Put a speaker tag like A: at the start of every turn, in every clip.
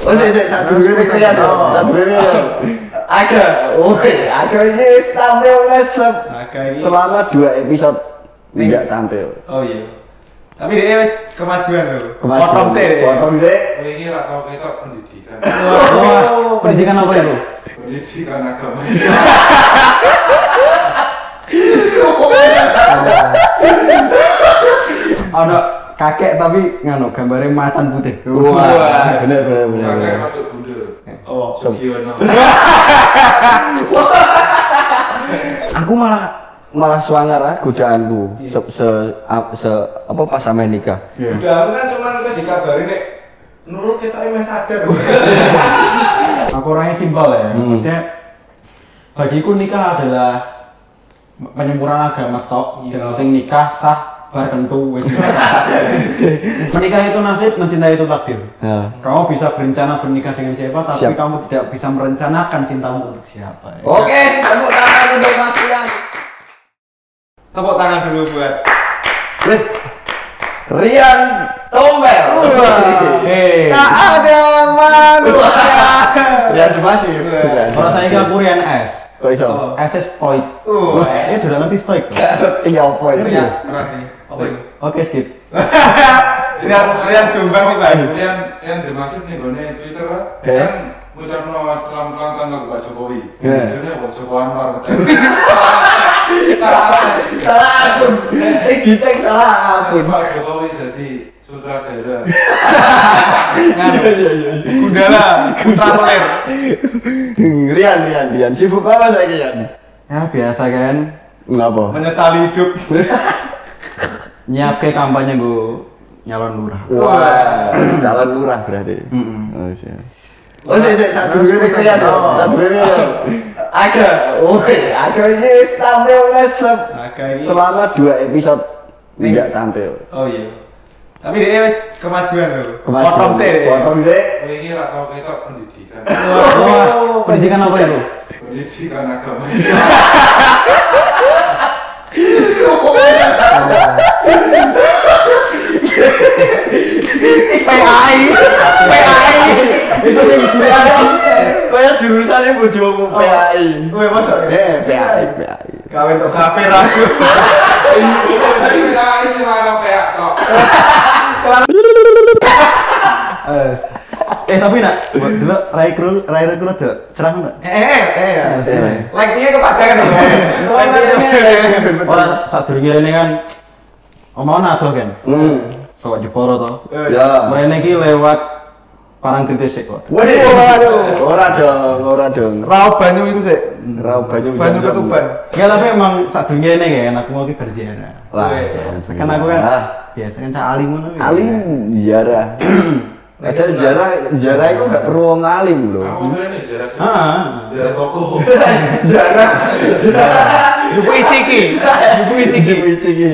A: Oh,
B: Oh.
C: sih, satu
A: Dulu
C: dulu
A: ini ada, satu dulu.
C: Ada,
A: oh,
C: woi,
A: iya,
C: ada ini tampil lesep.
B: Aga ini.
A: Selama dua episode tidak tampil.
B: Oh iya. Tapi dia wis kemajuan loh.
A: Kemajuan.
B: Potong sih. dia. Oh,
A: Potong sih.
D: Ini ora tau ketok pendidikan.
B: iya.
A: Wah, pendidikan apa
E: ya,
A: itu?
D: Pendidikan agama.
A: Iya, Ada kakek tapi ngano gambarnya macan putih.
B: Wah.
A: bener bener bener.
D: Kakek
A: bener.
D: rada bunda.
B: Oh.
D: Sugiono.
A: Aku malah malah swanger ah godaanku se, se, a- se apa pas sama nikah.
B: Udah aku kan cuman udah dikabarin nek nurut kita emang sadar.
E: aku orangnya simpel ya
A: Hmm.
E: maksudnya bagiku nikah adalah penyempurnaan agama tok yang
B: Iya.
E: penting nikah sah bar kentu wes. menikah itu nasib mencintai itu takdir
A: Ya.
E: kamu bisa berencana bernikah dengan siapa tapi
A: Siap. Oh,
E: kamu tidak bisa merencanakan cintamu untuk siapa ya.
C: Oke, tepuk tangan untuk Mas Rian.
B: Tepuk tangan dulu buat
C: Wih, Rian Tombel.
E: Hei.
C: Tak ada manusia. Rian Jumasih.
E: kalau saya ini aku Rian S
A: iya. Kok iso?
B: Oh.
E: S is stoik
B: Uh,
E: ya udah ngerti stoik Pak.
A: Iya apa
C: ya?
A: ini?
B: Rian serat ini. Apa ini?
E: oke skip
D: Iya.
B: Rian Rian jombang sih, Pak.
D: Kemudian yang dimaksud nih Bone Twitter
A: Eh.
D: kan ngucapno salam ulang tahun lagu Pak Jokowi.
A: Eh.
D: Judulnya Pak Joko Anwar. kan Salah.
C: Salah aku. Si Gitek salah aku.
D: Pak Jokowi jadi sutradara.
B: Gundala, putra pelir.
A: Rian Rian Rian sibuk apa saya Rian?
E: ya biasa kan
A: Ngapa?
B: Menyesali hidup.
E: nyiapke kampanye gue nyalon lurah
A: Wah, calon lurah berarti. Oh, siap.
C: Oh, sih, sih, satu dulu Rian.
A: Oh.
C: Satu dulu Rian. Ada, woi, ada ini tampil lesep.
B: Aga ini.
A: Selama dua episode tidak tampil.
B: Oh iya. Tapi dia eh, wis kemajuan loh.
A: Kemajuan.
B: Potong sih. dia.
A: Potong sih.
D: Ini ora tau ketok pendidikan.
E: Wah, pendidikan apa itu?
D: Pendidikan agama.
C: PAI, PAI. Itu sih jurusan. Kayak jurusannya bojomu PAI.
B: Weh, masa?
A: Oh. Eh, PAI PAI.
B: Kawin tok kafe rasu.
D: Tapi ora iso ora kayak tok.
E: Eh tapi nak, dulu Rai Krul, Rai Krul tuh cerah nggak? Eh,
B: Eh, eh, eh.
A: Eh.
B: Like-nya kepadanya dong. Like-nya.
E: Orang saat dulu kira ini kan, omongan aduh kan,
A: Hmm.
E: soal Jeporo toh.
A: Ya.
E: Mereka ini lewat parang kritis sih kok.
A: Waduh, waduh. Ora dong, ora dong.
B: Rau banyu itu sih.
A: Rau banyu.
B: Banyu ketuban.
E: Ya tapi emang saat dulu kira ini kan, aku mau ke berziarah.
A: Wah,
B: Weh.
A: jangan
E: Kan aku kan
A: Ah,
E: biasa kan cah alim ngono. ya.
A: alim ziarah. Padahal ziarah ziarah itu gak perlu wong alim loh.
D: Aku kira ini jarak
E: Ah, ah, ah.
D: jarak toko.
A: Ziarah.
B: Jupu iciki. Jupu iciki.
A: Iki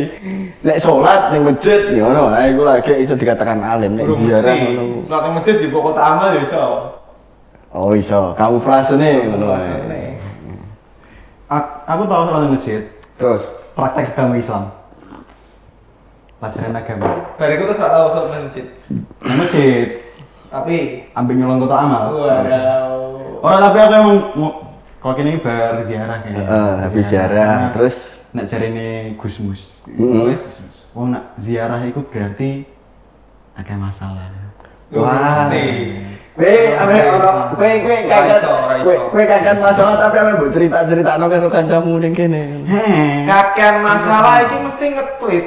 A: nek salat ning masjid ya ngono ae iku lagi iso dikatakan alim nek
B: Burung
A: ziarah
B: mesti.
A: ngono.
B: Sholat yang masjid di kota amal ya bisa.
A: Oh iso, kamu frasene
B: iya.
A: ngono ae.
E: Ak- Aku tahu soal masjid,
A: Terus
E: praktek agama Islam. Pelajaran agama.
B: Bariku tuh sholat tahu sholat masjid.
E: Nah, Masjid,
B: Tapi
E: ambil nyolong kota amal.
B: waduh.
E: Orang tapi aku emang mau kalau kini bar ziarah Nah, kayaknya.
A: Heeh, Eh, habis ziarah,
E: Karena
A: terus?
E: nak cari ini Gusmus.
A: heeh.
E: Wong nak ziarah itu berarti ada masalah.
B: Wah. Mesti.
A: Kowe ame ora kowe kowe kagak
B: Ora iso, ora iso.
A: kowe kowe kagak masalah tapi ame mbok cerita-critakno karo kancamu ning kene.
E: Heh.
B: Kakean masalah ini mesti nge-tweet.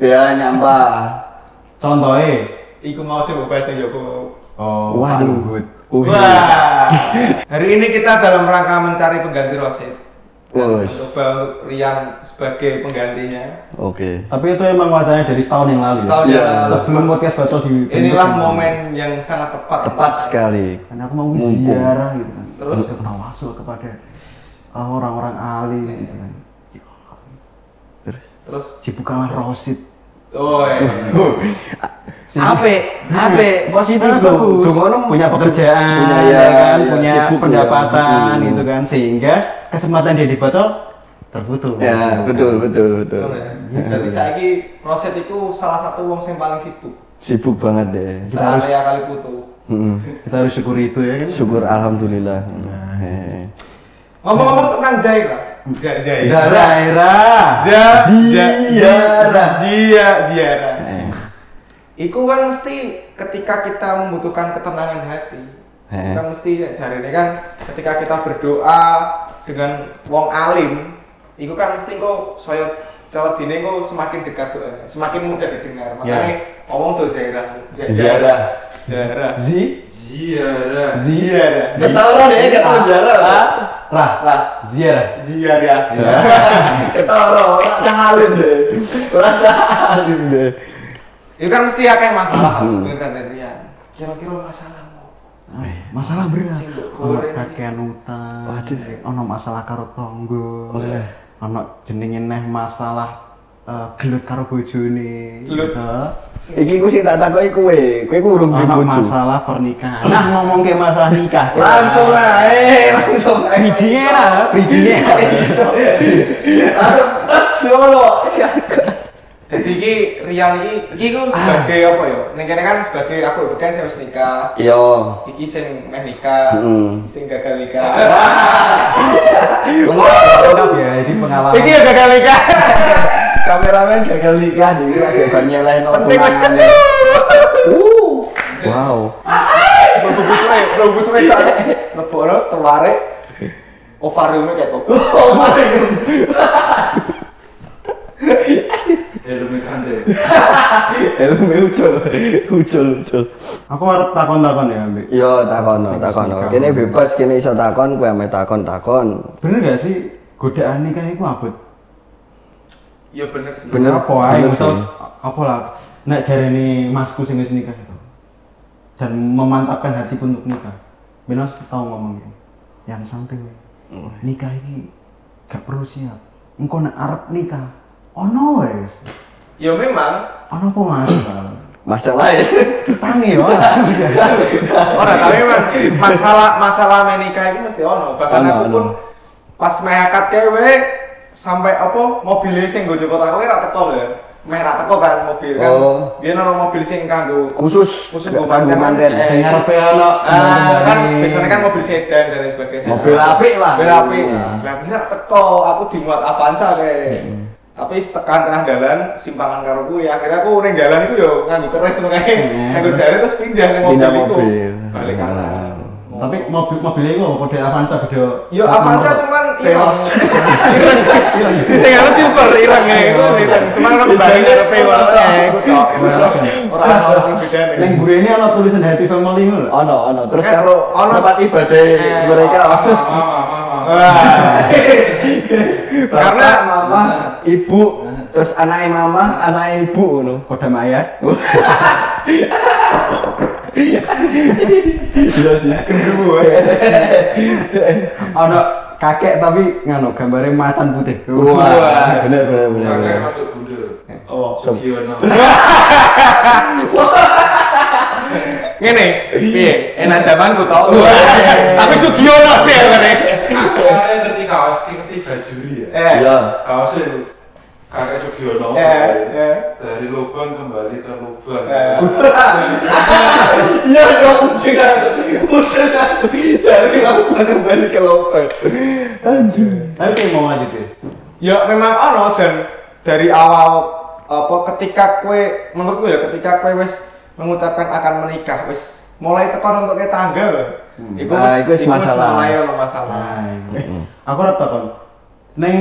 A: Ya nyampah.
E: Contohnya,
B: Iku mau sih bahas nih Joko.
E: oh, Pak
A: Waduh.
E: Luhut.
A: Oh, iya.
B: Wah. Hari ini kita dalam rangka mencari pengganti Rosid. Dan
A: Wes.
B: Mencoba untuk Rian sebagai penggantinya.
A: Oke.
E: Tapi itu emang wacana dari setahun yang lalu. ya?
B: Setahun
A: Iya.
B: yang lalu.
E: Sebelum podcast bacot di.
B: Inilah momen yang sangat tepat.
A: Tepat sekali.
E: Karena aku mau
A: Mumpung.
E: ziarah gitu kan.
B: Terus?
E: Terus tawasul kepada ah, orang-orang alim gitu kan.
A: Terus.
B: Terus,
E: Dibukalah rosid.
B: oh
C: Ape, ape, positif
E: Karena
C: loh.
E: Eh, ah, bagus. punya pekerjaan,
A: punya,
E: punya,
A: ya,
E: kan,
A: ya,
E: punya
A: sibuk, ya,
E: pendapatan
A: betul.
E: gitu kan, sehingga kesempatan dia dibocor terputus.
A: Ya, betul betul betul.
B: Jadi saya ini Rosid itu salah satu wong yang paling sibuk.
A: sibuk banget deh
B: Kita harus kali putu.
A: Mm-mm.
E: Kita harus syukuri itu ya kan.
A: syukur alhamdulillah Nah, eh. Hehehe.
B: Ngomong-ngomong tentang Zaira. Zaira. Zaira.
E: Zaira.
B: Zaira.
A: Ziara.
B: Zaira. Zaira.
A: Eh,
B: Iku kan mesti ketika kita membutuhkan ketenangan hati.
A: Heeh.
B: Kita mesti jarine kan ketika kita berdoa dengan wong alim, iku kan mesti kok saya cara dene kok semakin dekat doanya, semakin mudah didengar. Makanya ngomong tuh Zaira. Z-
C: Ziarah.
B: Zaira.
E: Zi.
D: Ziarah.
B: Ziara.
C: Ketahuan deh, ketahuan jarak lah.
E: Ra.
C: Lah,
E: Ziara.
B: Ziara.
C: ketahuan orang salim deh. Orang salim deh.
B: Itu kan mesti akeh masalah sebenarnya dari Rian. Kira-kira masalahmu.
E: Eh, masalah berat.
B: Sing mbok
E: Ono
B: goreng.
E: kakean utang.
A: Waduh.
E: Ono masalah karo tonggo.
A: Walah.
E: Ono jenenge neh masalah eh, gelut karo bojone.
B: Gelut.
E: Heeh.
A: iki ku sing tak takoki kowe kowe ku urung duwe
E: Ono
A: bojo
E: masalah pernikahan. Nah, ngomong ke masalah nikah.
C: Langsung ae, langsung ae.
E: Bijinya lah, bijinya.
C: Langsung tes ngono.
B: Jadi iki Rian iki iki ku
A: Ah.
B: sebagai apa ya? Ning kene kan sebagai aku bukan sing wis nikah.
A: yo
B: Iki sing meh nikah,
A: Mm.
B: sing
A: Ah.
B: gagal nikah.
E: Lengkap lengkap ya, jadi pengalaman.
B: iki ya gagal nikah.
A: kameramen gagal nikah jadi lagi ban nyelehno
B: Penting wis
A: tunangannya.
B: ketemu.
A: Uh, wow
B: Mbok bucuke, mbok bucuke tak lebokno tuare. Ovariumnya kayak tuh.
C: Oh my god.
D: Helmi kandel.
A: elme ucul ucul ucul
E: Aku harap takon-takon ya, Mbak.
A: yo Iya, takono takono kene bebas kene iso takon kowe ame takon takon
E: Bener gak sih godaan nikah itu abot?
B: Ya bener sih.
A: Bener.
E: apa ae
A: bener
E: maksud
A: sih.
E: apa lah nek jarene masku sing wis nikah itu dan memantapkan hatiku untuk nikah. Beno tau ngomong gini. Yang something nikah ini gak perlu siap. Engko nek arep nikah ono wes.
B: Ya memang
E: Ono apa mas?
A: masalah ya
E: Tangi yo.
B: Ora, tapi memang masalah masalah menikah itu mesti ono. Bahkan
A: Ono,
B: aku
A: ono.
B: pun pas mehakat kewe sampai apa mobilnya sing nggo nyebut aku ra teko lho. Meh ra teko kan mobil kan.
A: Oh.
B: Biyen ono mobil sing kanggo
A: khusus
B: Khusus
A: gak
B: gua
A: kanggo
B: manten.
A: manten
B: Eh.
E: Sing arepe ono.
B: Ah, kan biasanya kan mobil sedan dan lain sebagainya.
A: Mobil apik lah.
B: Mobil apik.
A: Iya. Hmm.
B: Lah bisa teko aku dimuat Avanza kayak. Tapi tekan tengah jalan simpangan karo kuwi akhirnya aku ning jalan iku yo nganggo keris ngono kae. Nganggo jari terus pindah ning
A: Hmm.
B: mobil
A: Pindah
B: iku.
A: mobil.
B: Balik kanan.
E: Tapi mobil mobilnya itu kode Avanza gede.
B: Yo Avanza cuman ireng.
C: Veloz.
E: Iya,
B: Ireng. Si sing anu silver ireng ngene
A: Iya.
B: iku ireng. Cuman ora balik karo Veloz. Eh, iku tok. Ora ora bedane.
E: Neng buri ini ono tulisan happy family ngono lho.
A: ono ono terus
B: Kan,
A: karo
B: ono-
A: tempat ibadah
B: Eh,
A: mereka
D: Mama, mama, mama.
B: Wah.
A: karena
B: Karena-
A: mama ibu terus anaknya mama anaknya ibu ngono Oh.
E: Kode mayat.
A: iya sih
E: Ono kakek tapi ngano gambarnya macan putih.
A: wah bener bener bener
D: Pakai
A: bener.
D: rambut bunda.
B: Oh.
D: Sugiono.
B: ngene piye enak jamanku tau tapi Sugiono sih ya ngene
D: Aku aja ngerti kaos, aku ngerti bajuri ya.
B: eh
A: iya
D: Kaosnya kakek Sugiono.
B: Eh, eh.
D: Dari lubang kembali ke lubang.
B: Eh.
A: iya dong dengan dengan dari lubang kembali ke lubang anjing
E: Tapi kayak mau aja deh.
B: ya memang ono dan dari awal apa ketika kue menurutku ya ketika kue wis mengucapkan akan menikah wis mulai tekan untuk ke tanggal iku
A: Ah,
B: wis-
A: iku wis
B: iku wis
A: masalah. Nah.
B: mulai ono masalah
E: Eh, aku harap takon. Neng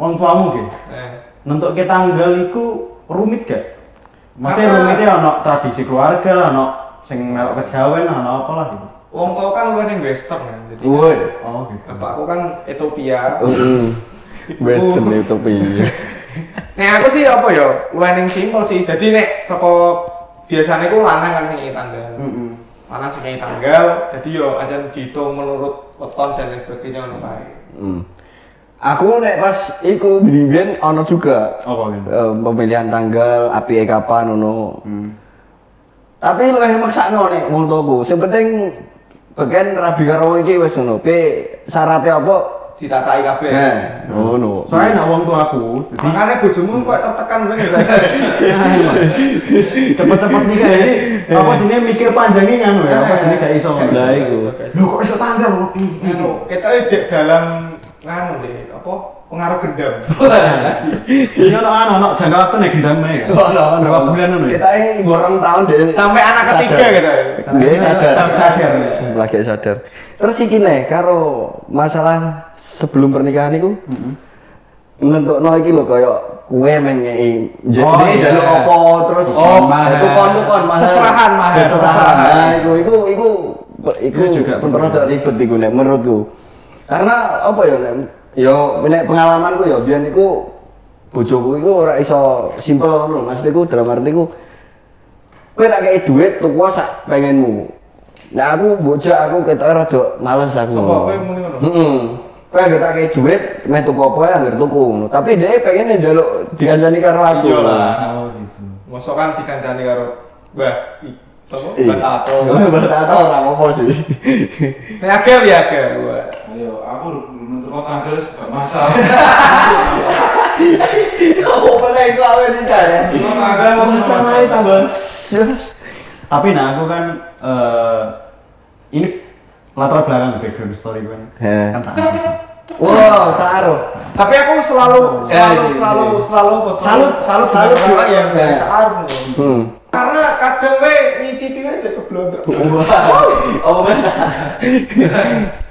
E: wong tuamu ge.
B: Eh,
E: Nentuk ke tanggal iku rumit gak? Masih
B: Karena-
E: rumitnya ono tradisi keluarga lah, ono sing melok kejawen ono apa lah gitu.
B: wong tau kan luwih ning western kan jadi
A: woi Hmm.
E: Oh gitu.
B: bapakku kan Ethiopia
A: western utopia
B: Nek aku sih apa ya, luwih ning simpel sih. Dadi nek saka biasane ku lanang kan sing ngihi tanggal.
E: Mm-mm.
B: Lanang sing ngihi tanggal, dadi yo aja dihitung ya menurut weton dan lain sebagainya ngono kae.
A: Hmm. Aku nek pas iku bimbingan ono juga
E: Apa gitu?
A: eh, pemilihan tanggal, api kapan ono. Tapi lu yang maksakno nek wong tuaku. Sing penting bagian rabi karo wong iki wis ngono. Pe syaratnya apa?
B: ditatai kabeh.
A: Nah, ngono.
E: Soalnya nak wong tuaku, jadi
B: Makanya bojomu kok tertekan banget ya.
E: cepet-cepet nih kayak ini apa jenis mikir panjangnya nganu ya apa jenis gak iso
B: Gak
A: Lah,
B: iso, gak
A: Nah, iku.
B: iso, gak iso.
E: lu kok iso tanggal kok ini
B: Nganu, Nah, kita aja dalam nganu deh, apa pengaruh gendam.
E: ini ono ono ono anu, jangka waktu nih gendam ae.
A: Oh,
E: berapa bulan ono ya
A: Kita ini borong tahun deh.
B: Sampai anak ketiga
A: Sadar.
B: gitu.
A: Dia sadar.
E: Sadar, sadar.
A: Lagi sadar. Terus iki nih, karo masalah sebelum pernikahan itu, ngentuk no iki lho kayak kue eh, mengei
E: Oh,
A: jadi
E: iya.
A: jalur apa terus
E: Oh, mahar.
A: itu kon itu kon mahar.
B: Seserahan, mahar.
A: seserahan
B: Seserahan.
A: Nah, itu itu itu itu
E: Itu juga
A: pernah
E: bener.
A: tak ribet iku nek menurutku karena apa ya nek yo nek pengalamanku ya biyen iku bojoku iku ora iso simpel lho maksudku dalam arti ku kowe tak kei duit tuku sak pengenmu nah aku bocah aku ketok rada males aku
B: Sopo, kowe muni ngono?
A: Heeh. Kowe gak tak kei duit, meh tuku apa ya anggere tuku. Tapi dhek pengen njaluk dikancani karo aku.
B: Iya lah.
E: oh gitu
B: Mosok kan dikancani karo Mbah. ih, Sopo?
A: Iya.
B: Mbah Tato.
A: Bertato ora apa sih.
B: Ya agel ya agel. Wah.
D: Ayo, Iya, aku nuntut kau tanggal gak masalah.
A: Kok pernah iku awe nikah ya?
D: Kau tanggal mau
A: Masalahnya tambah
E: tapi nah aku kan eh, ini latar belakang background story gue nih.
A: Heh.
E: kan tak asli.
A: Wow, taruh.
B: Tapi aku selalu selalu
A: iya,
B: selalu
A: iya.
B: selalu bos.
A: Salut,
B: selalu
A: salut
B: juga
A: juga,
B: ya
A: ya.
B: dari taaruf.
A: Hmm.
B: Karena kadang we ngicipi aja keblontrok.
A: Oh,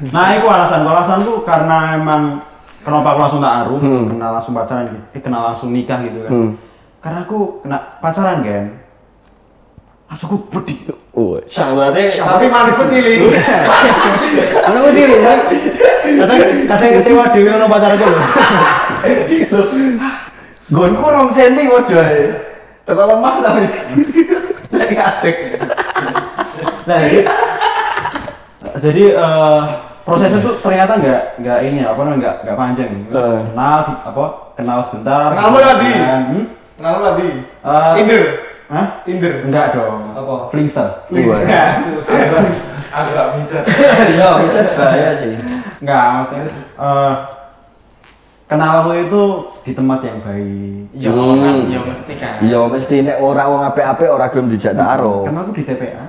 E: nah itu alasan alasan tuh karena emang kenapa aku langsung tak aruf
A: Hmm.
E: kenal langsung pacaran gitu eh, kenal langsung nikah gitu kan
A: Hmm.
E: karena aku kena pacaran kan langsung aku Ya, budi
A: Oh, sahabatnya
B: Tapi manutku cilik.
E: karena aku sih kan kadang kadang kecewa dewi nono pacaran tuh
A: gonku rong senti wadah. Teko lemah tapi. Lagi adek.
E: nah jadi jadi eh, prosesnya tuh ternyata nggak nggak ini ya, apa namanya nggak nggak panjang
A: Eh.
E: kenal di- apa kenal sebentar
B: Kenal
E: kenal
B: lagi?
E: sebulan. Hmm?
B: Kenapa tadi?
A: Ah.
E: Eh,
B: Tinder.
E: Hah?
B: Tinder.
E: enggak dong
B: Apa?
E: flingster
A: Wah.
B: Ya, susah.
D: Agak bijak.
A: Iya, itu bahaya sih.
E: enggak maksudnya, eh, kenal aku itu di tempat yang baik
B: Ya,
A: Hmm.
B: kan, ya mesti kan.
A: Iya, mesti nek ora wong apik-apik ora gelem dijak taro.
E: kenal aku di TPA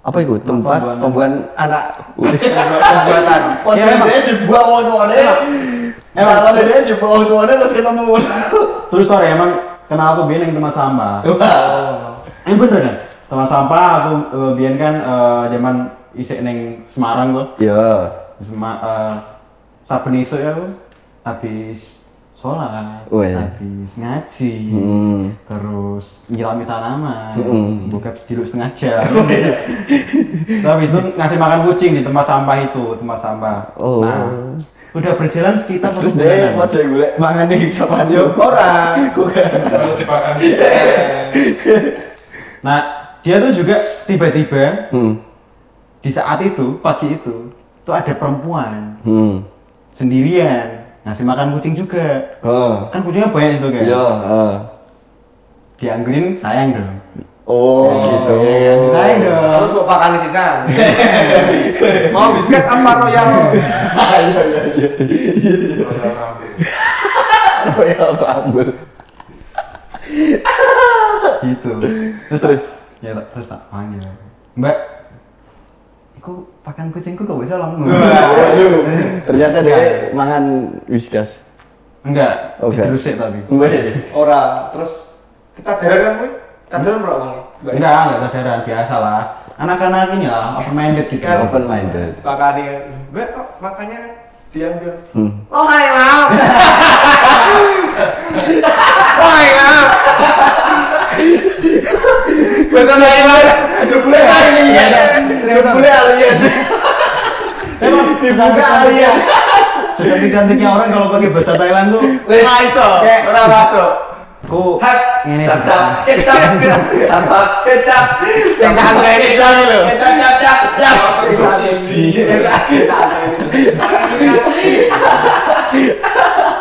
A: Apa itu? Tempat
E: Pembuangan.
A: pembuangan anak.
B: Pembuatan.
E: Ya, emang.
A: dia dibuang wong tuane.
E: Emang.
A: dia dibuang wong tuane terus ketemu.
E: terus story emang kenal aku biar yang tempat sampah
A: Oh.
E: Ini bener kan? Teman sampah aku eh, biyen kan eh, zaman isik neng Semarang tuh.
A: Iya.
E: Sema, eh, saben esuk ya aku habis sholat,
A: Weh.
E: habis ngaji,
A: Oh, iya. Hmm.
E: terus nyirami tanaman,
A: Mm-mm.
E: buka dulu setengah jam.
A: Iya.
E: Terus habis itu ngasih makan kucing di tempat sampah itu, tempat sampah.
A: Oh.
E: Nah, udah berjalan sekitar
A: Terus
E: satu
A: dia
E: bulanan.
A: padha golek mangane sama
B: Yo
A: yo.
B: ora.
D: Kalau dipakan
E: Nah, dia tuh juga tiba-tiba
A: Hmm.
E: di saat itu pagi itu tuh ada perempuan
A: Hmm.
E: sendirian ngasih makan kucing juga
A: Oh.
E: kan kucingnya banyak itu kan
A: Iya, heeh.
E: dianggurin sayang dong
A: Oh,
B: Oh,
A: gitu.
E: iya, sayang dong
B: Terus mau pakan sisan. Mau bisnis apa royal?
A: Iya, iya, iya.
D: royal ya, rambut.
A: Oh, ya rambut.
E: gitu terus terus ya tak- terus tak panggil mbak aku pakan kucingku kok bisa lama
A: Waduh. Nah. Ternyata dia mangan whiskas.
E: enggak
A: Oke.
E: diterusik tapi
A: Weh.
B: Ora. Terus kecadaran kan kowe? Kecadaran ora wong.
E: enggak enggak sadaran biasa lah anak-anak ini lah open minded gitu
B: Kan.
A: Open minded.
B: Pakane. ya. Mbak kok makanya diambil.
A: Hmm.
B: Oh, hai lam. Oh, hai lam. Bahasa lain lain. Jebule
A: iya,
B: alien. Jebule alien.
E: Eh,
A: Dibuka
E: ya.
A: alien.
E: sudah cantiknya orang kalau pakai bahasa Thailand tuh
A: Wes.
B: Ora iso. Ora masuk.
E: aku ngene sih.
A: Kecap, kecap, kecap, kecap,
B: Yang kagak ini lagi loh.
A: kecap, kecap, kecap.
D: Subsidi.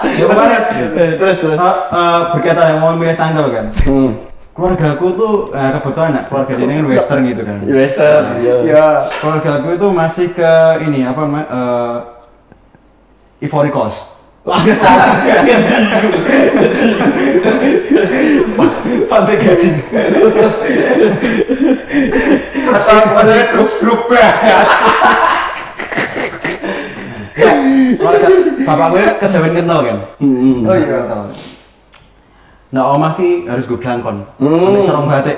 E: Ya, kemarin-
A: Eh, Terus, terus.
E: Eh, eh, berkaitan yang mau milih tanggal kan
A: Hmm.
E: keluarga aku tuh eh, kebetulan anak keluarga dia kan western gitu kan
A: Iya, Western.
B: Ya.
E: keluarga aku itu masih ke ini apa namanya eh, Ivory Coast.
A: Pantai Gading.
B: Acaranya grup-grup bahas.
E: Bapak gue kejawen kental kan.
A: Hmm.
B: Oh iya.
E: Kental. Nah, omah ki harus gue belangkon.
A: Hmm.
E: Ambil sarung batik,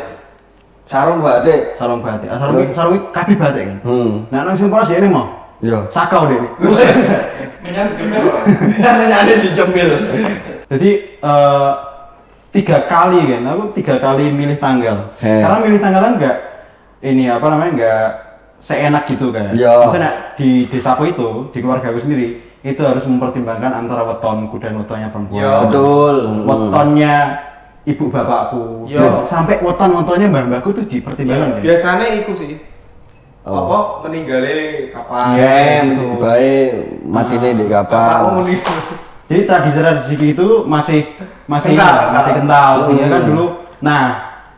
A: Sarung batik.
E: sarung batik. Ah, sarung ki- sarung ki kabeh batik kan.
A: Hmm.
E: Nah, nang sing polos ya ini mau.
A: Iya.
E: Sakau deh. ini.
D: Menyan jemil.
C: Nyari di jemil.
E: Jadi eh, tiga kali kan, aku tiga kali milih tanggal.
A: He.
E: Karena milih tanggalan enggak ini apa namanya enggak seenak gitu kan.
A: Iya.
E: Maksudnya di desaku itu, di keluarga aku sendiri itu harus mempertimbangkan antara wetonku dan wetonnya perempuan.
B: Iya.
A: Betul. Hmm.
E: Wetonnya ibu bapakku.
B: Iya.
E: Dan Sampai weton wetonnya mbak mbakku itu dipertimbangkan. kan.
B: Biasanya iku sih.
A: Oh.
B: Apa meninggalnya kapan?
E: Iya.
A: Em, baik matine di
B: Bapakmu
A: kapan?
B: meninggal.
E: Jadi tradisi-tradisi itu masih masih
B: Kental,
E: kental,
B: kental.
E: masih kental. Sehingga kan
A: Hmm.
E: dulu, nah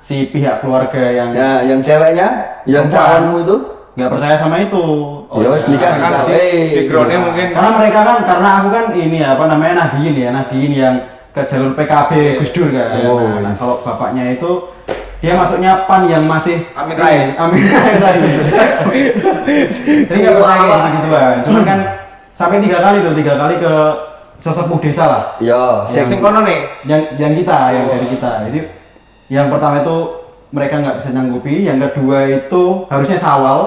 E: si pihak keluarga yang
A: Ya, yang ceweknya, yang
E: Perempuan.
A: calonmu itu?
E: nggak percaya sama itu.
A: Oh, ya wis
B: iya.
A: nikah
B: Kan
A: nikah.
B: di- backgroundnya mungkin.
E: Karena mereka kan, karena aku kan ini ya, apa namanya Nahdien ya, Nahdien yang ke jalur PKB Gus Dur kan.
A: Oh,
E: Nah, nah,
A: yes.
E: kalau bapaknya itu dia masuknya pan yang masih Iya,
B: Amin Rais.
E: Amin Rais. Jadi nggak percaya gitu gituan. Cuman kan sampai tiga kali tuh, tiga kali ke sesepuh desa lah.
A: Ya, sing
B: Sing sing kono nih.
E: yang yang kita yang dari kita jadi yang pertama itu mereka nggak bisa nyanggupi yang kedua itu harusnya sawal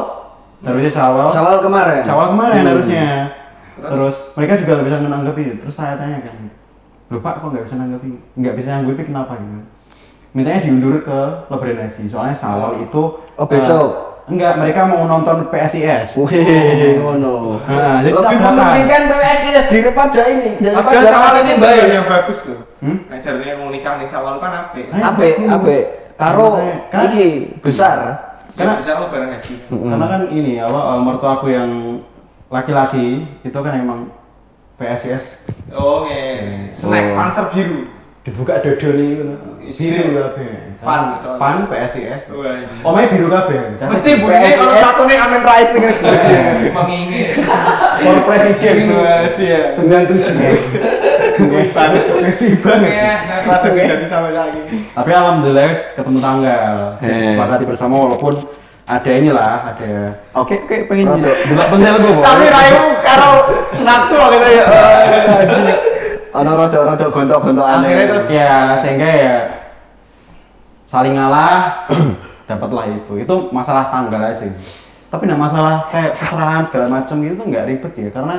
E: harusnya sawal
A: Sawal
E: sawal,
A: kemarin.
E: kemarin
A: Hmm.
E: harusnya
B: Terus?
E: terus? mereka juga nggak bisa menanggapi terus saya tanya kan lho pak kok nggak bisa nanggapi nggak bisa nyanggupi kenapa gitu mintanya diundur ke Lebaran soalnya sawal itu
A: Oh,
E: eh,
A: besok.
E: enggak mereka mau nonton PSIS
A: Wih, ngono.
E: Hmm. Nah, jadi
A: Lebih
E: tak belakang.
A: mementingkan PSIS daripada ini.
B: Padahal
A: iya.
B: sawal ini baik yang bagus tuh.
E: Hmm?
B: Nah, jadinya mau nikah nih sawal kan apik.
E: Eh,
A: Ape, ape. Karo
E: Kan?
A: iki besar.
E: Karena-
B: Karena Ya bisa lo bareng ngaji.
A: Hmm.
E: Karena kan ini apa eh, mertua aku yang laki-laki itu kan emang PSIS
B: Oh, ngene. Snack
A: Oh.
B: panser biru.
E: dibuka dodo nih gitu.
B: Isi-
E: biru kabeh. Karena
B: Pan, soalnya.
E: pan PSIS.
B: Wah.
E: Omai biru kabeh. Cara-
B: Mesti bunyinya kalau satu nih
A: kan
B: Amin
A: Iya.
B: Rais nih.
D: Mengingis.
E: for presiden
B: Wah,
E: Iya.
B: sia.
E: 97 ya. Wis wibang.
B: Waduh, gak bisa balik lagi.
E: Tapi alhamdulillah wis ketemu tanggal. Jadi
A: Hei.
E: Disepakati bersama walaupun ada inilah, ada
A: Oke, oke
E: pengen
A: Rodo,
E: jadi-
A: delok
E: Bentar, gua bawa.
B: Tapi raimu karo nafsu loh gitu ya.
E: Iya.
A: Ana rada-rada gontok-gontokan.
B: Akhirnya terus
E: ya sehingga ya saling ngalah dapatlah itu itu masalah tanggal aja tapi nah masalah kayak keserahan segala macam gitu tuh nggak ribet ya karena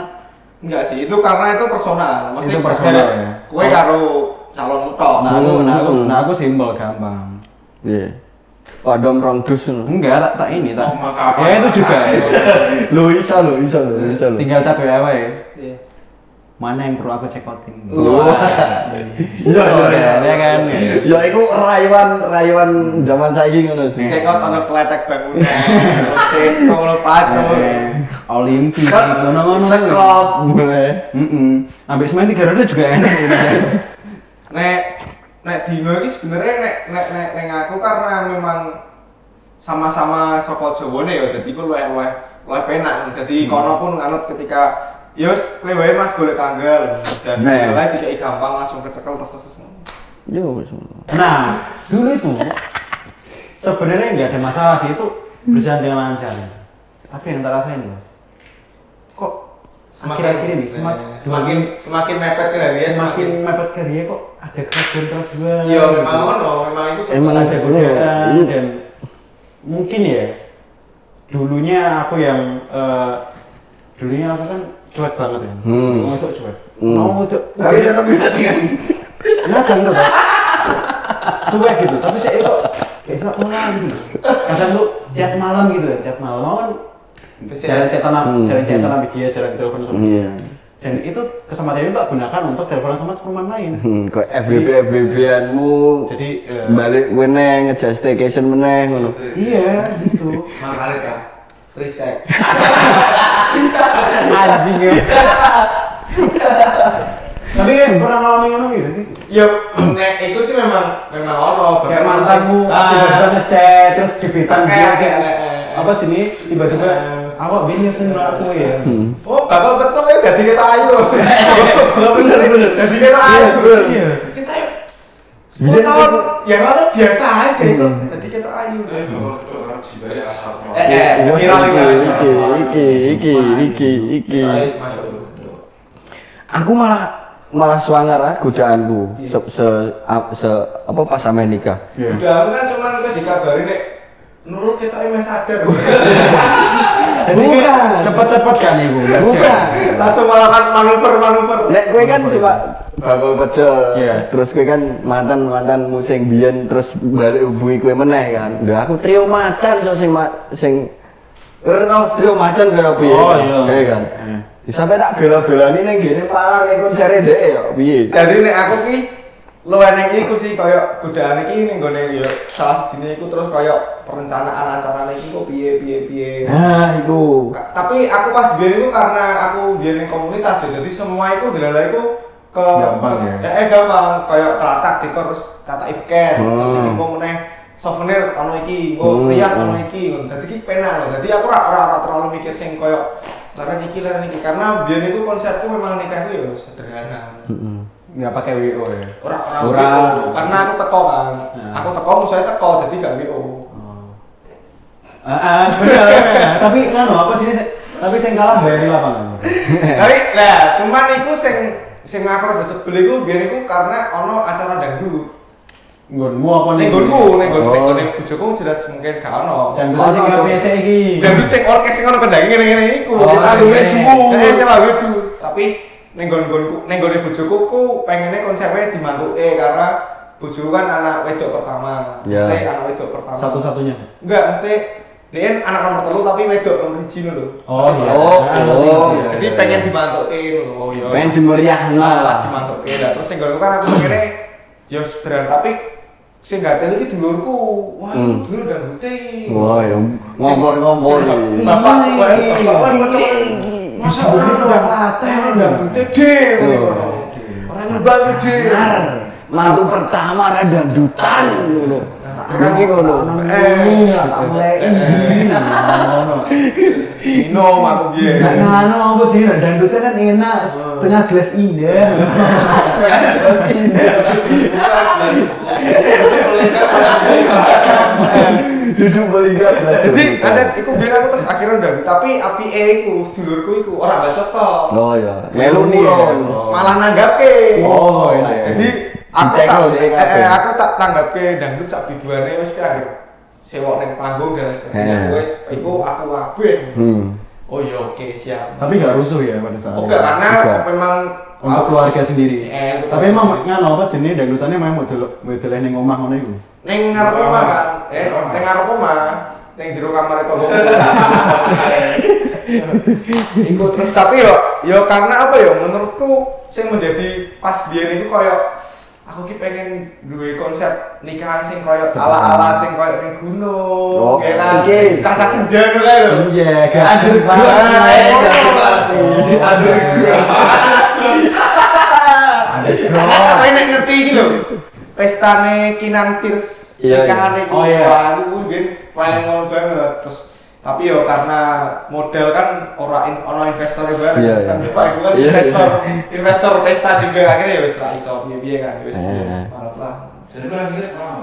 B: enggak sih, itu karena itu personal. Maksudnya
E: Itu personal,
B: kue-
E: ya.
B: Kue karo calon muka.
E: nah aku nah aku,
A: Hmm.
E: nah aku simpel gampang
A: Iya. Kodom rong dus ngono.
E: enggak tak, tak ini tak
D: Oh, maka apa? Eh,
E: ya itu juga ya.
A: Lho iso lho, iso lho, iso lho.
E: tinggal cat ya apa ya
B: Iya.
E: mana yang perlu aku cekotin
A: Wah. Iya, iya, iya.
E: ya kan ya.
A: Ya iku rayuan rayuan zaman saiki ngono sih.
B: Check out ono kletek bangunan. Check out pacul.
A: iya.
E: Eh, Olimpi, ngono-ngono.
A: Sekrop.
E: gitu, Mm-mm. Ambek semen tiga roda juga enak. gitu kan.
B: nek nek dino iki sebenarnya nek nek nek nek aku karena memang sama-sama saka Jawane ya dadi ku luwih luwih luwih penak dadi
E: Hmm.
B: kono pun nganut ketika yus kowe wae Mas golek tanggal dan
A: Nah.
B: nilai tidak gampang langsung kecekel tes tes tes.
A: Yo wis.
E: Nah, dulu itu sebenarnya nggak ada masalah sih itu berjalan dengan lancar. Tapi yang tak rasain loh, kok akhir-akhir ini semakin
B: eh, semakin semakin mepet ke hari ya
E: semakin
B: semakin
E: mepet kerja kok ada keraguan keraguan.
B: iya memang ngono memang itu
A: Emang
E: ada
A: ada
E: godaan
A: iya.
E: dan mungkin ya dulunya aku yang eh, dulunya aku kan cuek banget ya,
A: Hmm.
E: masuk cuek,
A: Hmm.
E: mau cuek,
A: Tapi tetep kan?
E: Nah, jangan kok. Cuek gitu, tapi saya kok kayak sak mulan gitu. Kadang tuh tiap malam gitu ya, tiap malam Mau kan jalan cetan
A: Hmm.
E: jalan cetan sama dia, jalan telepon sama dia.
A: Iya.
E: Dan itu kesempatan itu tak gunakan untuk telepon sama teman lain.
A: Hmm, kok FBB FBB-anmu
E: Jadi eh,
A: balik meneh ngejak staycation meneh ngono.
E: iya gitu.
D: Makarit ya. Reset.
E: Anjing ya. Tapi kan pernah ngalamin ngono gitu.
B: iya nek itu sih memang memang ono
E: Kayak
B: beberapa-
E: mantanmu
B: Ah,
E: tiba-tiba ngechat terus jepitan dia
B: Kayak- kayak-
E: apa sini tiba-tiba Aku kok biasa sing mlaku ya.
B: Oh, bakal pecel ya dadi kita ayu. Bakal pecel bener. Dadi kita ayu.
E: Iya.
B: Kita ayu.
A: Sebenarnya
B: Sepuluh tahun
A: itu-
B: yang lalu biasa aja itu.
A: Hmm.
B: Dadi kita ayu.
D: Iya. Asal
B: Eh, eh,
A: Iya,
B: viral
A: iki,
B: viral.
A: iki, iki, iki, iki, iki.
B: Kita ayu masuk dulu.
A: Aku malah malah semangat ah godaanku se, se, ap- se- apa pas sama nikah.
E: Iya.
B: Udah aku kan cuman gue dikabarin nek Nurul kita ayu masih ada.
E: Jadi
A: Bukan.
E: kayak cepet-cepet kan Iya. ibu.
A: Bukan.
B: Langsung kan melakukan manuver-manuver.
A: Lek kowe kan cuma bakul pecel.
E: Iya.
A: Terus kowe kan mantan-mantan musing biyen terus balik hubungi kowe meneh kan. Lah aku trio macan so sing ma- sing Kerno trio macan kaya piye?
E: Oh, iya.
A: Iya kan.
E: Iya.
A: Sampai tak bela-belani ning gene parah ning konsere dhek ya piye?
B: Jadi nek aku ki luwih nang iku sih koyo godaan iki ning gone yo salah sijine iku terus koyo perencanaan acara iki kok piye piye piye.
A: Ah, iku.
B: Ka- Tapi aku pas biyen itu karena aku biyen ning komunitas ya, jadi semua itu delala itu ke
E: Gampang
B: ke-
E: ya?
B: Eh, eh, gampang koyo teratak dikor terus tata iken terus
A: Hmm.
B: engko meneh souvenir ono iki, engko
A: Hmm,
B: rias
A: hmm.
B: ono iki. ngono. Dadi ki penak loh. Dadi aku ora ora ora terlalu mikir sing koyo larang iki larang iki karena biyen itu konsepku memang nikah itu ya sederhana.
E: Enggak pakai WO ya.
B: Ora ora
A: Ora.
B: WO, karena aku teko kan.
E: Nah.
B: Aku teko saya teko jadi gak WO.
E: Ah, ah, bener. bener. Tapi kan apa sih ini? Tapi saya kalah bayar lapangan.
B: Tapi lah cuman iku sing sing aku rada sebel iku biyen iku karena ono acara dangdut.
E: Nggonmu apa nih?
B: Ning
E: iya.
B: gonku, ning gonku, ning
A: Oh.
B: gonku ning bojoku jelas mungkin gak ono.
E: Dan
A: Oh,
E: bisa sing
A: no, no.
E: biasa iki.
B: Dangdut sing orkes sing ono kendang ngene-ngene iku.
E: Oh,
B: Sing lagu
E: iya.
B: wedu. Eh, sing lagu wedu. Tapi ning gon-gonku, ning gone bojoku ku pengene konsepnya dimantuke karena bojoku kan anak wedok
A: Ya.
B: pertama.
E: Iya.
B: Mesti anak wedok pertama.
E: Satu-satunya.
B: Enggak, mesti dia anak nomor telu tapi wedok nomor siji lho.
E: Oh iya.
A: Oh,
E: Ah,
A: oh.
E: iya.
B: Jadi pengen dimantukin lho. Oh iya.
A: Pengen dimeriahno lah.
B: dimantukin. Lah terus sing gue kan aku mikirnya ya sederhana tapi sing gatel iki dulurku. Wah,
A: Hmm.
B: dulur dangdute.
A: Wah, ya ngompor-ngompor.
B: Sing-
A: sih.
B: Bapak
E: Iya,
B: wah,
E: iya.
B: bapak metu. Masa orang sedang latih dangdute de.
A: Iya.
B: Orang nyembah de.
A: Benar. Mantu pertama radang dutan ngono. Iki ngono.
B: Eh.
A: Ini lah, tak meleki.
E: Ngono.
B: Minum aku biyen.
E: Nggak ngano apa sih nah, dangdutnya kan enak setengah gelas indah.
A: Duduk melihat.
B: Jadi
E: Iya,
B: ada iku biyen aku terus akhirnya dangdut tapi apike iku sedulurku iku ora mbak cocok.
A: Oh ya, melu nih.
E: Oh.
B: malah nanggapke.
A: Oh, iya, iya.
B: Jadi aku tak
A: Ditekel dia
B: eh,
A: kabeh.
B: eh, aku tak tanggapke dangdut sak biduane wis ki anggere sewok ning panggung dan lain sebagainya.
E: Iya.
A: Heeh.
B: Kowe iku aku kabeh.
A: Hmm.
B: Oh iya oke siap.
E: Tapi nggak rusuh ya pada saat.
B: Oh
E: itu.
B: enggak karena
A: Enggak.
B: memang
E: Iya. untuk keluarga sendiri.
B: Eh, untuk
E: Tapi
B: keluarga
E: emang
B: sendiri.
E: ngano apa sih ini dangdutannya memang model model ning omah ngono iku.
B: ning ngarep omah kan. Eh
D: Omah.
B: ning ngarep omah ning jero kamar itu. Iku terus tapi yo yo karena apa yo menurutku sing menjadi pas biyen iku koyo aku ki pengen duwe konsep nikahan sing koyo ala-ala sing koyo ning gunung,
A: Oh,
B: ya kan.
A: oke.
B: Caca senja ngono kae lho.
E: Iya, kan.
A: Aduh,
B: Dua,
A: banget.
B: eh,
A: Aduh,
B: dua.
A: banget.
B: Aduh, dua.
E: dua.
B: Tapi nek ngerti iki lho. Pestane Kinan Pierce
A: Iya, iya.
B: nikahan iku
E: Oh, iya.
B: baru kuwi ben paling ngono banget terus tapi yo karena model kan ora in, ono investor banget
A: Iya, iya.
B: kan Pak Ibu kan
A: Iya, iya.
B: investor investor pesta juga akhirnya ya wis ra iso piye-piye kan ya wis
A: Iya.
B: manut lah
D: Jadi lu akhirnya mau.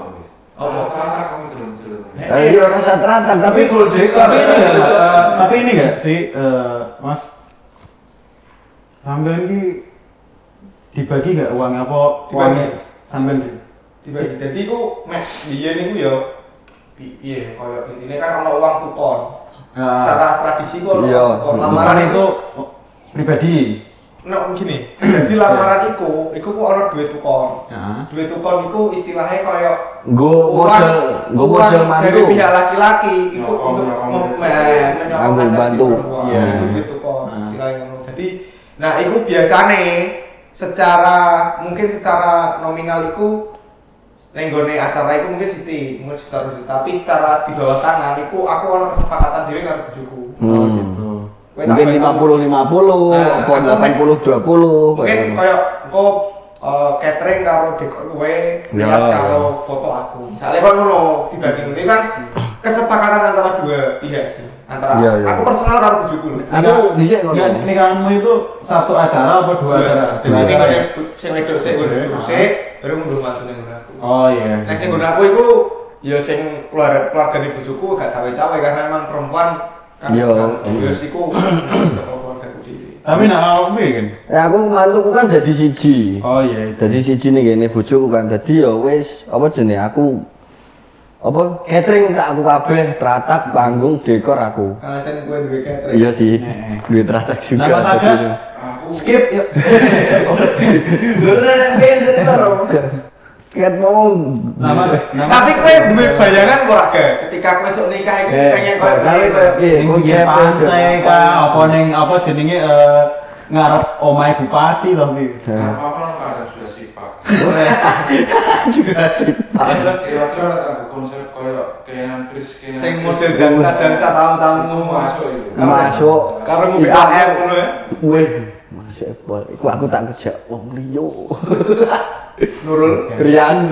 B: Oh,
D: Oh,
B: mau.
D: kata kamu turun-turun.
A: Eh, iya rasa terantang tapi
B: full dekor
E: Eh, tapi ini gak sih eh, mas sampean ini dibagi gak uangnya apa
B: Dibagi.
E: uangnya sampean ini?
B: dibagi jadi ku mes biyen niku yo piye koyo intine kan ono uang tukon
E: Nah.
B: secara tradisi ku ono
A: Iya.
B: uang tukon
E: lamaran
B: lamaran
E: itu oh, pribadi
B: Nah, gini, jadi lamaran iku, iku ku ono duit tukon.
E: Ya.
B: Duit tukon iku istilahnya koyo
A: Nggo model, nggo
B: uang
A: model
B: dari
A: mantu. Iya,
B: pihak laki-laki iku
D: Nyokong,
B: untuk
D: nyokong.
B: mem- me- menyokong
A: Nganggo
B: hajat
A: bantu.
B: perempuan.
E: Iya.
B: Itu duit tukon,
E: Nah.
B: istilahnya ngono. Jadi, nah iku biasane secara mungkin secara nominal iku nenggone acara iku mungkin siti, mungkin sekitar juta, tapi secara di bawah tangan iku aku ono kesepakatan dhewe karo bojoku.
E: oh,
A: Hmm.
E: gitu
B: Kowe tak
A: Mungkin
B: bayar-
A: 50 50,
B: Nah,
A: apa
B: aku-
A: 80 20.
B: Ah, mungkin kayak engko eh, catering karo dekor kowe
A: Ya.
B: rias karo foto aku misalnya kok ngono dibagi ngono Ini kan kesepakatan antara dua pihak sih antara
A: Iya, iya.
B: aku personal karo bojoku lho.
A: Aku dhisik ngono.
E: Nikah- nikahanmu itu satu acara apa dua acara?
B: Jadi
E: Dua
B: sing
E: acara.
B: ngene sing wedok sik nggon dulu sik baru mundur mantu ning nggon aku.
E: Oh iya.
B: Nek sing nggon aku iku ya sing keluarga keluargane bojoku gak cawe-cawe karena emang perempuan kan
A: Iya.
B: yo siku sama keluargaku dhewe.
E: Tapi nak awakmu ya kan.
A: Ya Eh, aku mantuku kan jadi siji.
E: Oh iya. itu.
A: Jadi siji nih gini bojoku kan. Jadi ya wis apa jenenge aku apa catering tak aku kabeh, teratak, panggung, dekor aku.
B: Karena jan kowe duwe catering.
A: Iya sih.
E: Heeh.
A: Duit teratak juga.
E: Nah, Mas Aga,
A: tapi-
E: skip ya.
C: Bener ben setor.
A: Ket mau
E: Nama nama-
B: Tapi kowe duwe bayangan ora gak ketika kowe sok nikah iku
A: Eh,
B: pengen koyo
A: bakal
B: ngene,
A: koyo
B: koyo-
A: ngene.
E: Ning pinggir
A: Siapa yang
E: pantai
A: jual?
E: kah apa ning apa jenenge eh, ngarep omahe bupati loh Bi.
D: Apa lo kan sudah sipak?
A: juga sih.
D: Kira-kira ada konsep kayak kayak Chris kayak
B: sing model dansa-dansa tahun-tahun
D: Kamu masuk itu.
A: Masuk.
B: karo
E: Iya.
B: mobil
A: Itu-
B: AM ngono ya.
A: Wih, masuk Apple. Iku aku tak kerja wong liyo.
B: Nurul
A: Rian.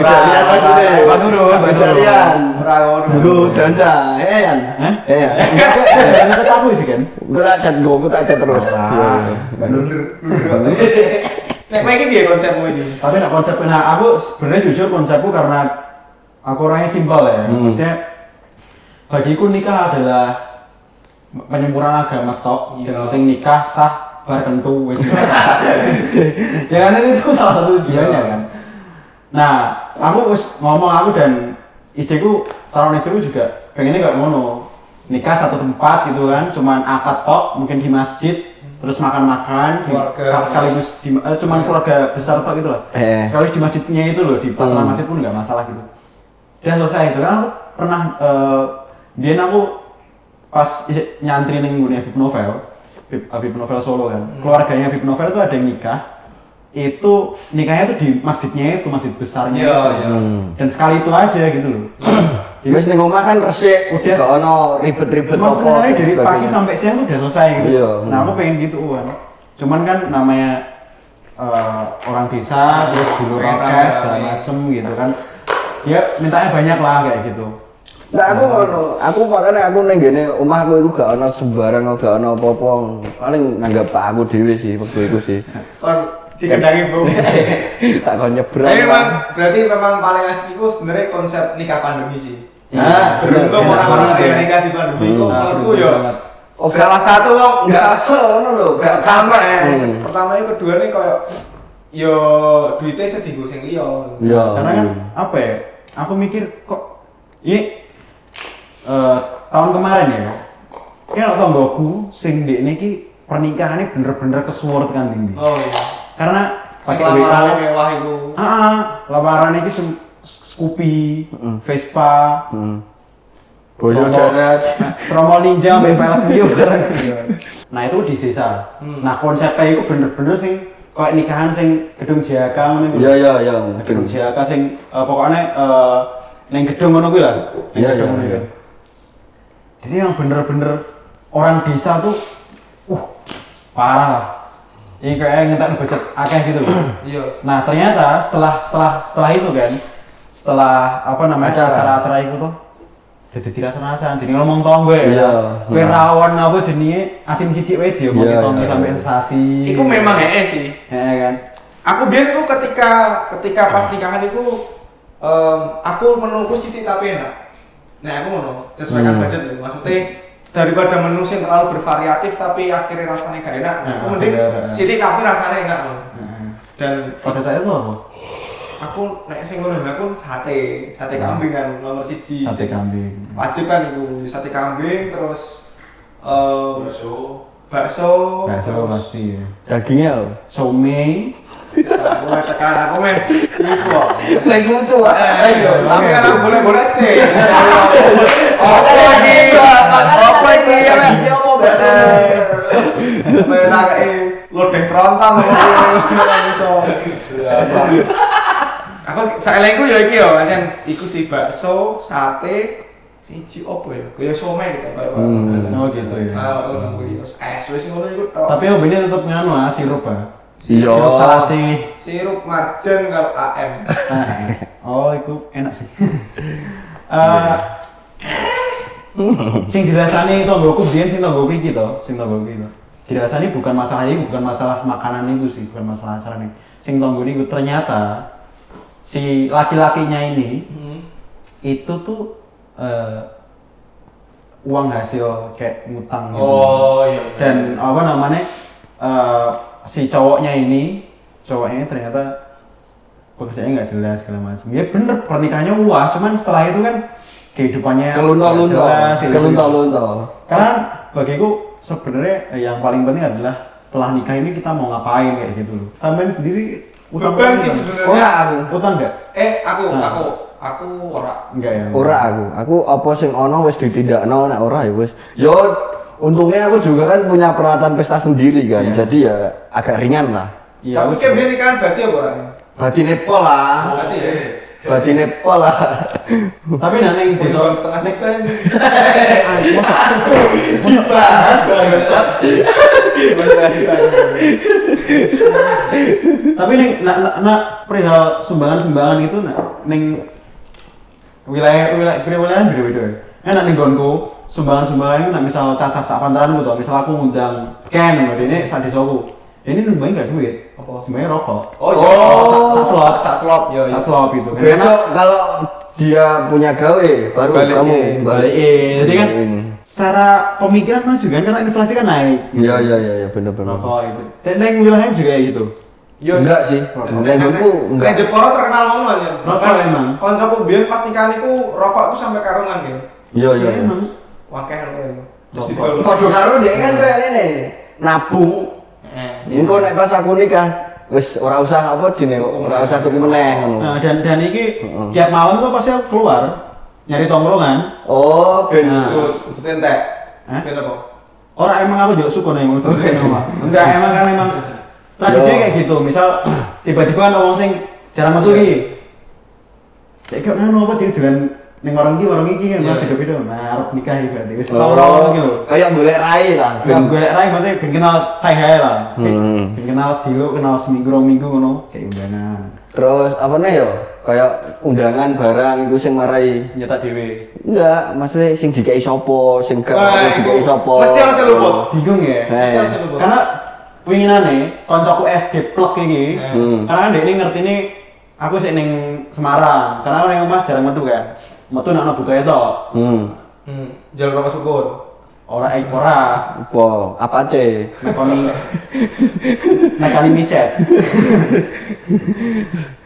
B: Ora,
A: Rian
B: ora,
A: Mas Rian.
E: Mas Nurul, Mas
A: Bisa
E: Nurul.
A: Rian.
B: ora ngono.
A: Gue dansa, eh Yan,
E: Hah?
A: eh Yan,
E: Kita tahu sih kan.
A: gue tak chat gue, gue tak chat terus.
E: Ah.
B: Nurul.
E: Iya.
B: Nurul. Nek kowe iki piye konsepmu iki?
E: Tapi nak konsepnya, nah aku sebenarnya jujur konsepku karena aku orangnya simpel ya.
A: Hmm.
E: Maksudnya bagiku nikah adalah penyempurnaan agama tok. Yang penting nikah sah bar kentu. wes. ya kan ini tuh salah satu tujuannya kan. Nah, aku wis ngomong aku dan istriku calon istriku juga pengennya kayak ngono. Nikah satu tempat gitu kan, cuman akad tok, mungkin di masjid, terus makan-makan, di-
B: Keluarga.
E: sekaligus di, eh,
B: Iya.
E: cuman keluarga besar tok gitu lah.
A: Eh.
E: Sekali di masjidnya itu loh, di pelataran
A: Hmm.
E: masjid pun nggak masalah gitu. Dan selesai itu kan aku pernah eh dia aku pas isi- nyantri ning nggone Habib Novel, Habib, Habib Novel Solo kan.
B: Hmm.
E: Keluarganya Habib Novel itu ada yang nikah. Itu nikahnya itu di masjidnya itu, masjid besarnya.
B: Iya, Hmm.
E: itu.
B: iya.
E: Dan sekali itu aja gitu loh. Jadi,
A: Wis ning omah kan resik,
E: Udah.
A: gak ono ribet-ribet
E: Cuma
A: apa.
E: sebenarnya
A: dan
E: dari pagi
A: sebagainya.
E: sampai siang udah selesai gitu.
A: Iya.
E: Nah aku pengen gitu Wan. Cuman kan namanya eh, orang
A: Ah,
E: desa terus dulu
B: Pengen
E: orkes
B: rame-rame.
A: iya.
E: segala macem gitu kan. Ya mintanya banyak lah kayak gitu.
A: Nah aku ngono, aku makanya aku ning gene omahku iku gak ono sembarang, gak ono apa-apa. Paling nanggap pak aku dhewe sih waktu itu sih.
B: Kon dikendangi Bu.
A: tak kon nyebrang.
B: Tapi memang berarti memang paling asli itu sebenarnya konsep nikah pandemi sih.
E: Iya.
B: Nah, beruntung
E: Iya,
B: orang-orang
E: iya.
B: yang nikah di pandemi itu
E: Nah,
B: menurutku
E: bener
B: ya.
E: banget.
A: Oke.
B: Salah satu wong
A: Enggak
B: enggak
A: asal ngono lho,
E: Iya.
A: gak
B: Gak sama ya.
A: Hmm.
B: Pertama itu kedua nih koyo yo duitnya sih dienggo sing liya.
A: Iya.
E: Karena kan apa ya? Aku mikir kok ini eh, tahun kemarin ya. Kayak tonggoku sing di ini ki pernikahannya bener-bener kesuwur kan ini.
B: Oh iya.
E: Karena pakai
B: Pakai
A: ya?
B: lamarane
E: WO,
B: mewah itu.
E: Ah, lamaran iki cuma Scoopy, Vespa,
A: Hmm. Boyo
E: Romo-
A: jaret.
E: Romo Ninja, sampai pelek video bareng. Nah itu di desa. Nah konsepnya itu bener-bener sing kayak nikahan sing gedung JHK ngono iku.
A: Ya ya ya.
E: Gedung JHK sing eh, pokoknya eh, neng gedung ngono kuwi lah. Neng
A: Iya,
E: gedung
A: iya,
E: ngono
A: iya.
E: iku. Jadi yang bener-bener orang desa tuh uh parah lah. Ini kayak ngetan budget akeh gitu loh.
B: Iya.
E: Nah ternyata setelah setelah setelah itu kan, setelah apa namanya
A: Acara.
E: acara-acara itu tuh, jadi tidak senasan. Jadi ngomong tonggo ya.
A: Iya.
E: Kue rawon apa jenisnya asin sidik wae dia mau
A: Iya,
E: ditonggo
A: iya.
E: sampai sensasi.
B: Iku memang heeh sih.
E: Ya kan.
B: Aku biar itu ketika ketika pas nikahan itu em, aku menunggu Siti tapi enak. Nah aku ngono, sesuaikan
A: Hmm.
B: budget lho. Maksudnya daripada menu yang terlalu bervariatif tapi akhirnya rasanya gak enak. Nah, aku
E: Nah,
B: mending
E: iya, iya. Hmm.
B: Siti tapi rasanya enak lho.
E: Heeh.
B: Dan
E: Pada saat itu apa?
B: aku nek sing ngono aku sate, sate kambing kan nomor siji.
E: Sate
B: Sing
E: kambing.
B: Wajib kan itu sate kambing terus em,
D: Bakso.
B: bakso,
E: Bakso
B: terus-
E: pasti. ya.
A: Dagingnya. lho.
E: Somay.
B: Aku main tekan, aku main iku. kok.
A: Lagi lucu.
B: Eh,
A: Ayo.
B: Tapi kalau boleh-boleh sih. Iya, Apa lagi? Apa lagi?
C: Dia mau bahasa.
B: Kayak tak kayak lodeh tronton. Iso. Aku saelengku ya iki ya, pancen iku sih bakso, sate, siji opo ya? Kayak somai gitu kayak.
A: Hmm.
E: Oh gitu ya.
B: Ah, ngono kuwi. Terus Es wis ngono iku tok.
E: Tapi obatnya tetap nganu ah sirup ah.
A: Iya.
E: Sirup salasih. iya.
B: sirup marjan karo AM.
A: Iya.
E: Ah, oh, itu enak sih. Eh, sing dirasani tonggoku biyen sing tonggoku iki to, sing tonggoku iki to. Dirasani bukan masalah itu, bukan masalah makanan itu sih, bukan masalah acara nih. Sing tonggo niku ternyata si laki-lakinya ini
B: Hmm.
E: itu tuh eh, uang hasil kayak ngutang gitu.
B: Oh, iya, iya.
E: Dan apa namanya? eh, si cowoknya ini, cowoknya ini ternyata pekerjaannya nggak jelas segala macam. Ya bener pernikahannya wah, cuman setelah itu kan kehidupannya nggak
A: Kelunto-lunto,
E: jelas, gitu.
A: kelunto-lunto.
E: Karena bagiku sebenarnya eh, yang paling penting adalah setelah nikah ini kita mau ngapain kayak gitu loh. Tambahin sendiri utang
B: Beban
E: utang.
B: sih sebenarnya.
A: Ora aku.
E: Utang nggak?
B: Eh, aku,
E: Ah.
B: aku, aku ora.
E: Enggak ya.
A: Ora aku. Aku apa sing ono wis ditindakno nek ora ya wis. Yo untungnya aku juga kan punya peralatan pesta sendiri kan.
E: Iya.
A: Jadi ya agak ringan lah.
E: Iya,
B: Tapi
E: aku
B: kayak
E: juga.
B: biar nikahan berarti ya ora.
A: Batine pol lah.
B: Berarti
E: Iya.
B: ya.
A: Batine pol lah.
E: Tapi nek ning Ah, desa
B: Bukan setengah juta ini. Iya,
A: Dibahas bangsat.
B: Bukan setengah juta ini.
E: Tapi ning nak nak nak perihal sumbangan-sumbangan itu nak ning wilayah wilayah wilayah beda-beda. ya. Enak ning gonku sumbangan-sumbangan itu nak misal cacah sak pantaranku to, misal aku ngundang Ken ngene ini sak desaku. Ini numbangi gak duit.
B: Apa?
E: Numbangi rokok.
B: Oh,
A: Oh,
B: iya.
E: slop.
B: Sak slop, yo.
E: Sak slop itu. kan. Karena-
A: Besok kalau dia punya gawe baru
B: Balikin.
A: kamu
E: balikin. Jadi kan
A: Balikin.
E: secara pemikiran mas juga karena inflasi kan naik.
A: Iya iya iya ya, bener-bener.
E: Rokok itu. Dan yang wilayahnya juga kayak gitu.
B: Iya,
A: Enggak sih. Nek aku
B: Nek
A: enggak.
B: Jeporo terkenal ngomong aja.
E: Rokok emang.
B: Konco aku biyen pas nikahan iku rokok aku sampai karungan gitu.
A: Iya iya. iya.
E: Emang.
B: Wakeh rokok itu. Terus
E: Rokok.
B: didol.
A: Padha karo dia kan kayak ini nabung
B: Eh.
A: Engko nek pas aku nikah wis ora usah apa jenenge kok, ora usah tuku meneh ngono.
E: Nah, dan dan iki
A: Heeh.
E: tiap malam tuh pasti aku keluar nyari tongkrongan.
A: Oh, ben
E: Nah.
B: Tuh, Maksudnya entek.
E: Hah?
B: Ben apa?
E: Orang emang aku juga suka nih mau Enggak emang kan emang tradisinya
A: Yo.
E: kayak gitu. Misal tiba-tiba ada orang sing jarang metu iki. Kayak kayak ngono apa jadi dengan ning orang iki orang iki kan
B: Iya.
E: beda-beda. Nah, arep nikah iki berarti wis
A: Oh,
E: tongkrongan iki lho.
A: kayak golek rai lah.
E: Gak
A: Ben-
E: gue rai maksudnya gitu. Ah, ben kenal saya hae lah.
A: Hmm.
E: Ben kenal sedilo, kenal seminggu rong minggu ngono kayak undangan.
A: Terus apa nih yo? Kayak undangan barang iku sing marai.
E: Nyata dhewe.
A: Enggak, maksudnya sing dikai sapa, sing gak
B: Wah,
A: perlu
B: iku
A: dikai sapa.
B: mesti harus luput.
E: Bingung ya?
A: Eh.
B: Mesti harus luput.
E: Karena winginane koncoku SD plek iki.
A: Hmm.
E: Karena dia ini ngerti ini aku sih ning Semarang. Karena aku ning omah jarang metu kan. Metu nek ana butuhe to.
A: Hmm.
B: Hmm. Jalur rokok syukur.
E: Ora ek ora.
A: Apa? Apa ce?
E: Nekoni nekani micet.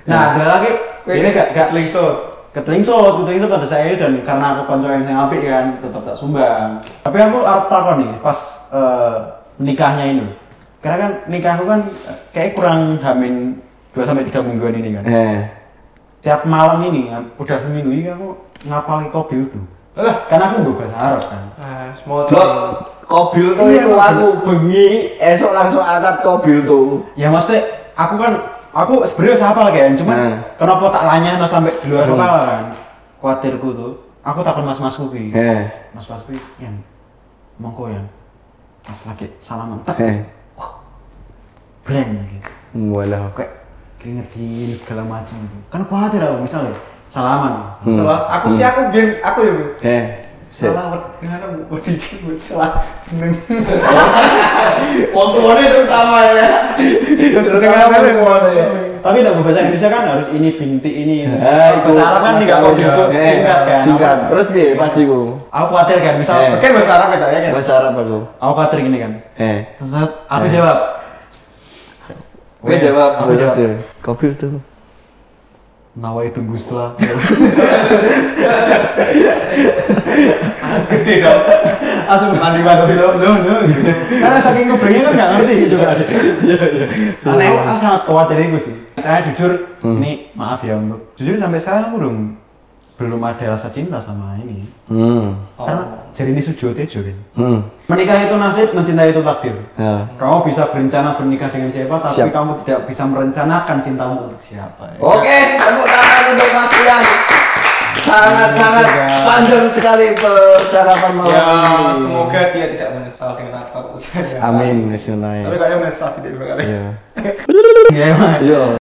E: Nah, ada lagi ini gak gak
B: lingsut.
E: ketelingsut, ketelingsut pada saya dan karena aku konco yang saya apik kan tetap tak sumbang tapi aku arep takon nih pas eh, nikahnya ini karena kan nikahku kan eh, kayak kurang jamin 2 sampai 3 mingguan ini kan
A: Eh.
E: tiap malam ini udah seminggu ini aku ngapalin kopi itu
B: Alah.
E: karena aku nggak bahasa Arab kan
B: Ah, semua
A: Blok kobil tuh
E: Iya,
A: itu
E: kobil.
A: aku bengi, esok langsung angkat kobil tuh.
E: ya maksudnya aku kan aku sebenarnya wis hafal kan cuman
A: Hmm.
E: kenapa tak lanya no sampai di luar kepala kan khawatirku tuh aku takon mas-masku ki
A: Eh.
E: Mas Basri yang mongko yang pas lagi salaman
A: Eh. Hmm,
E: tek blank gitu
A: Walah.
E: kayak keringetin segala macam gitu. kan khawatir aku misalnya salaman
A: Hmm.
B: Salah. Aku sih aku biyen aku ya. Bu.
A: Eh. sip.
B: Salah wet ngene Bu. Oh, cincin Bu. salah seneng.
A: Wong tuane terutama ya.
B: Seneng apa ya, Bu?
E: tapi dalam bahasa Indonesia kan harus ini binti ini Nah, ini.
A: Eh, itu
E: bahasa Arab kan tidak kau juga
A: Eh,
E: singkat kan
A: Singkat.
E: Aku-
A: Terus piye pas
B: Iya.
A: iku?
E: aku khawatir kan misalnya
A: Eh.
B: Oke bahasa Arab ya tak, ya kan.
A: Bahasa Arab aku.
E: aku khawatir gini kan
A: Eh.
E: terus aku
A: Eh.
E: jawab
B: Oh,
A: Gue
B: iya.
A: jawab
E: aku
A: terus
E: jawab.
A: ya. Kopi tuh.
E: nawa itu gusla
B: Harus gede dong.
E: langsung mandi mandi lo lo lo karena saking keblengnya kan nggak ngerti gitu kan iya iya aku aku sangat khawatir itu sih karena jujur ini maaf ya untuk jujur sampai sekarang aku belum belum ada rasa cinta sama ini
A: Hmm.
E: karena jadi ini sujo tejo kan
A: Hmm.
E: menikah itu nasib mencintai itu takdir
A: Ya.
E: kamu bisa berencana bernikah dengan siapa tapi
A: Siap.
E: kamu tidak bisa merencanakan cintamu untuk siapa ya.
A: Oke, tepuk tangan untuk Mas Rian. Sangat-sangat panjang sekali percakapan malam
B: Iya. Ya,
A: ini.
B: semoga dia tidak menyesal dengan apa usaha.
A: Amin, Iya. Miss Yunai.
B: Tapi kayaknya menyesal sih dia dua kali.
A: Iya.
E: ya emang
A: Iya.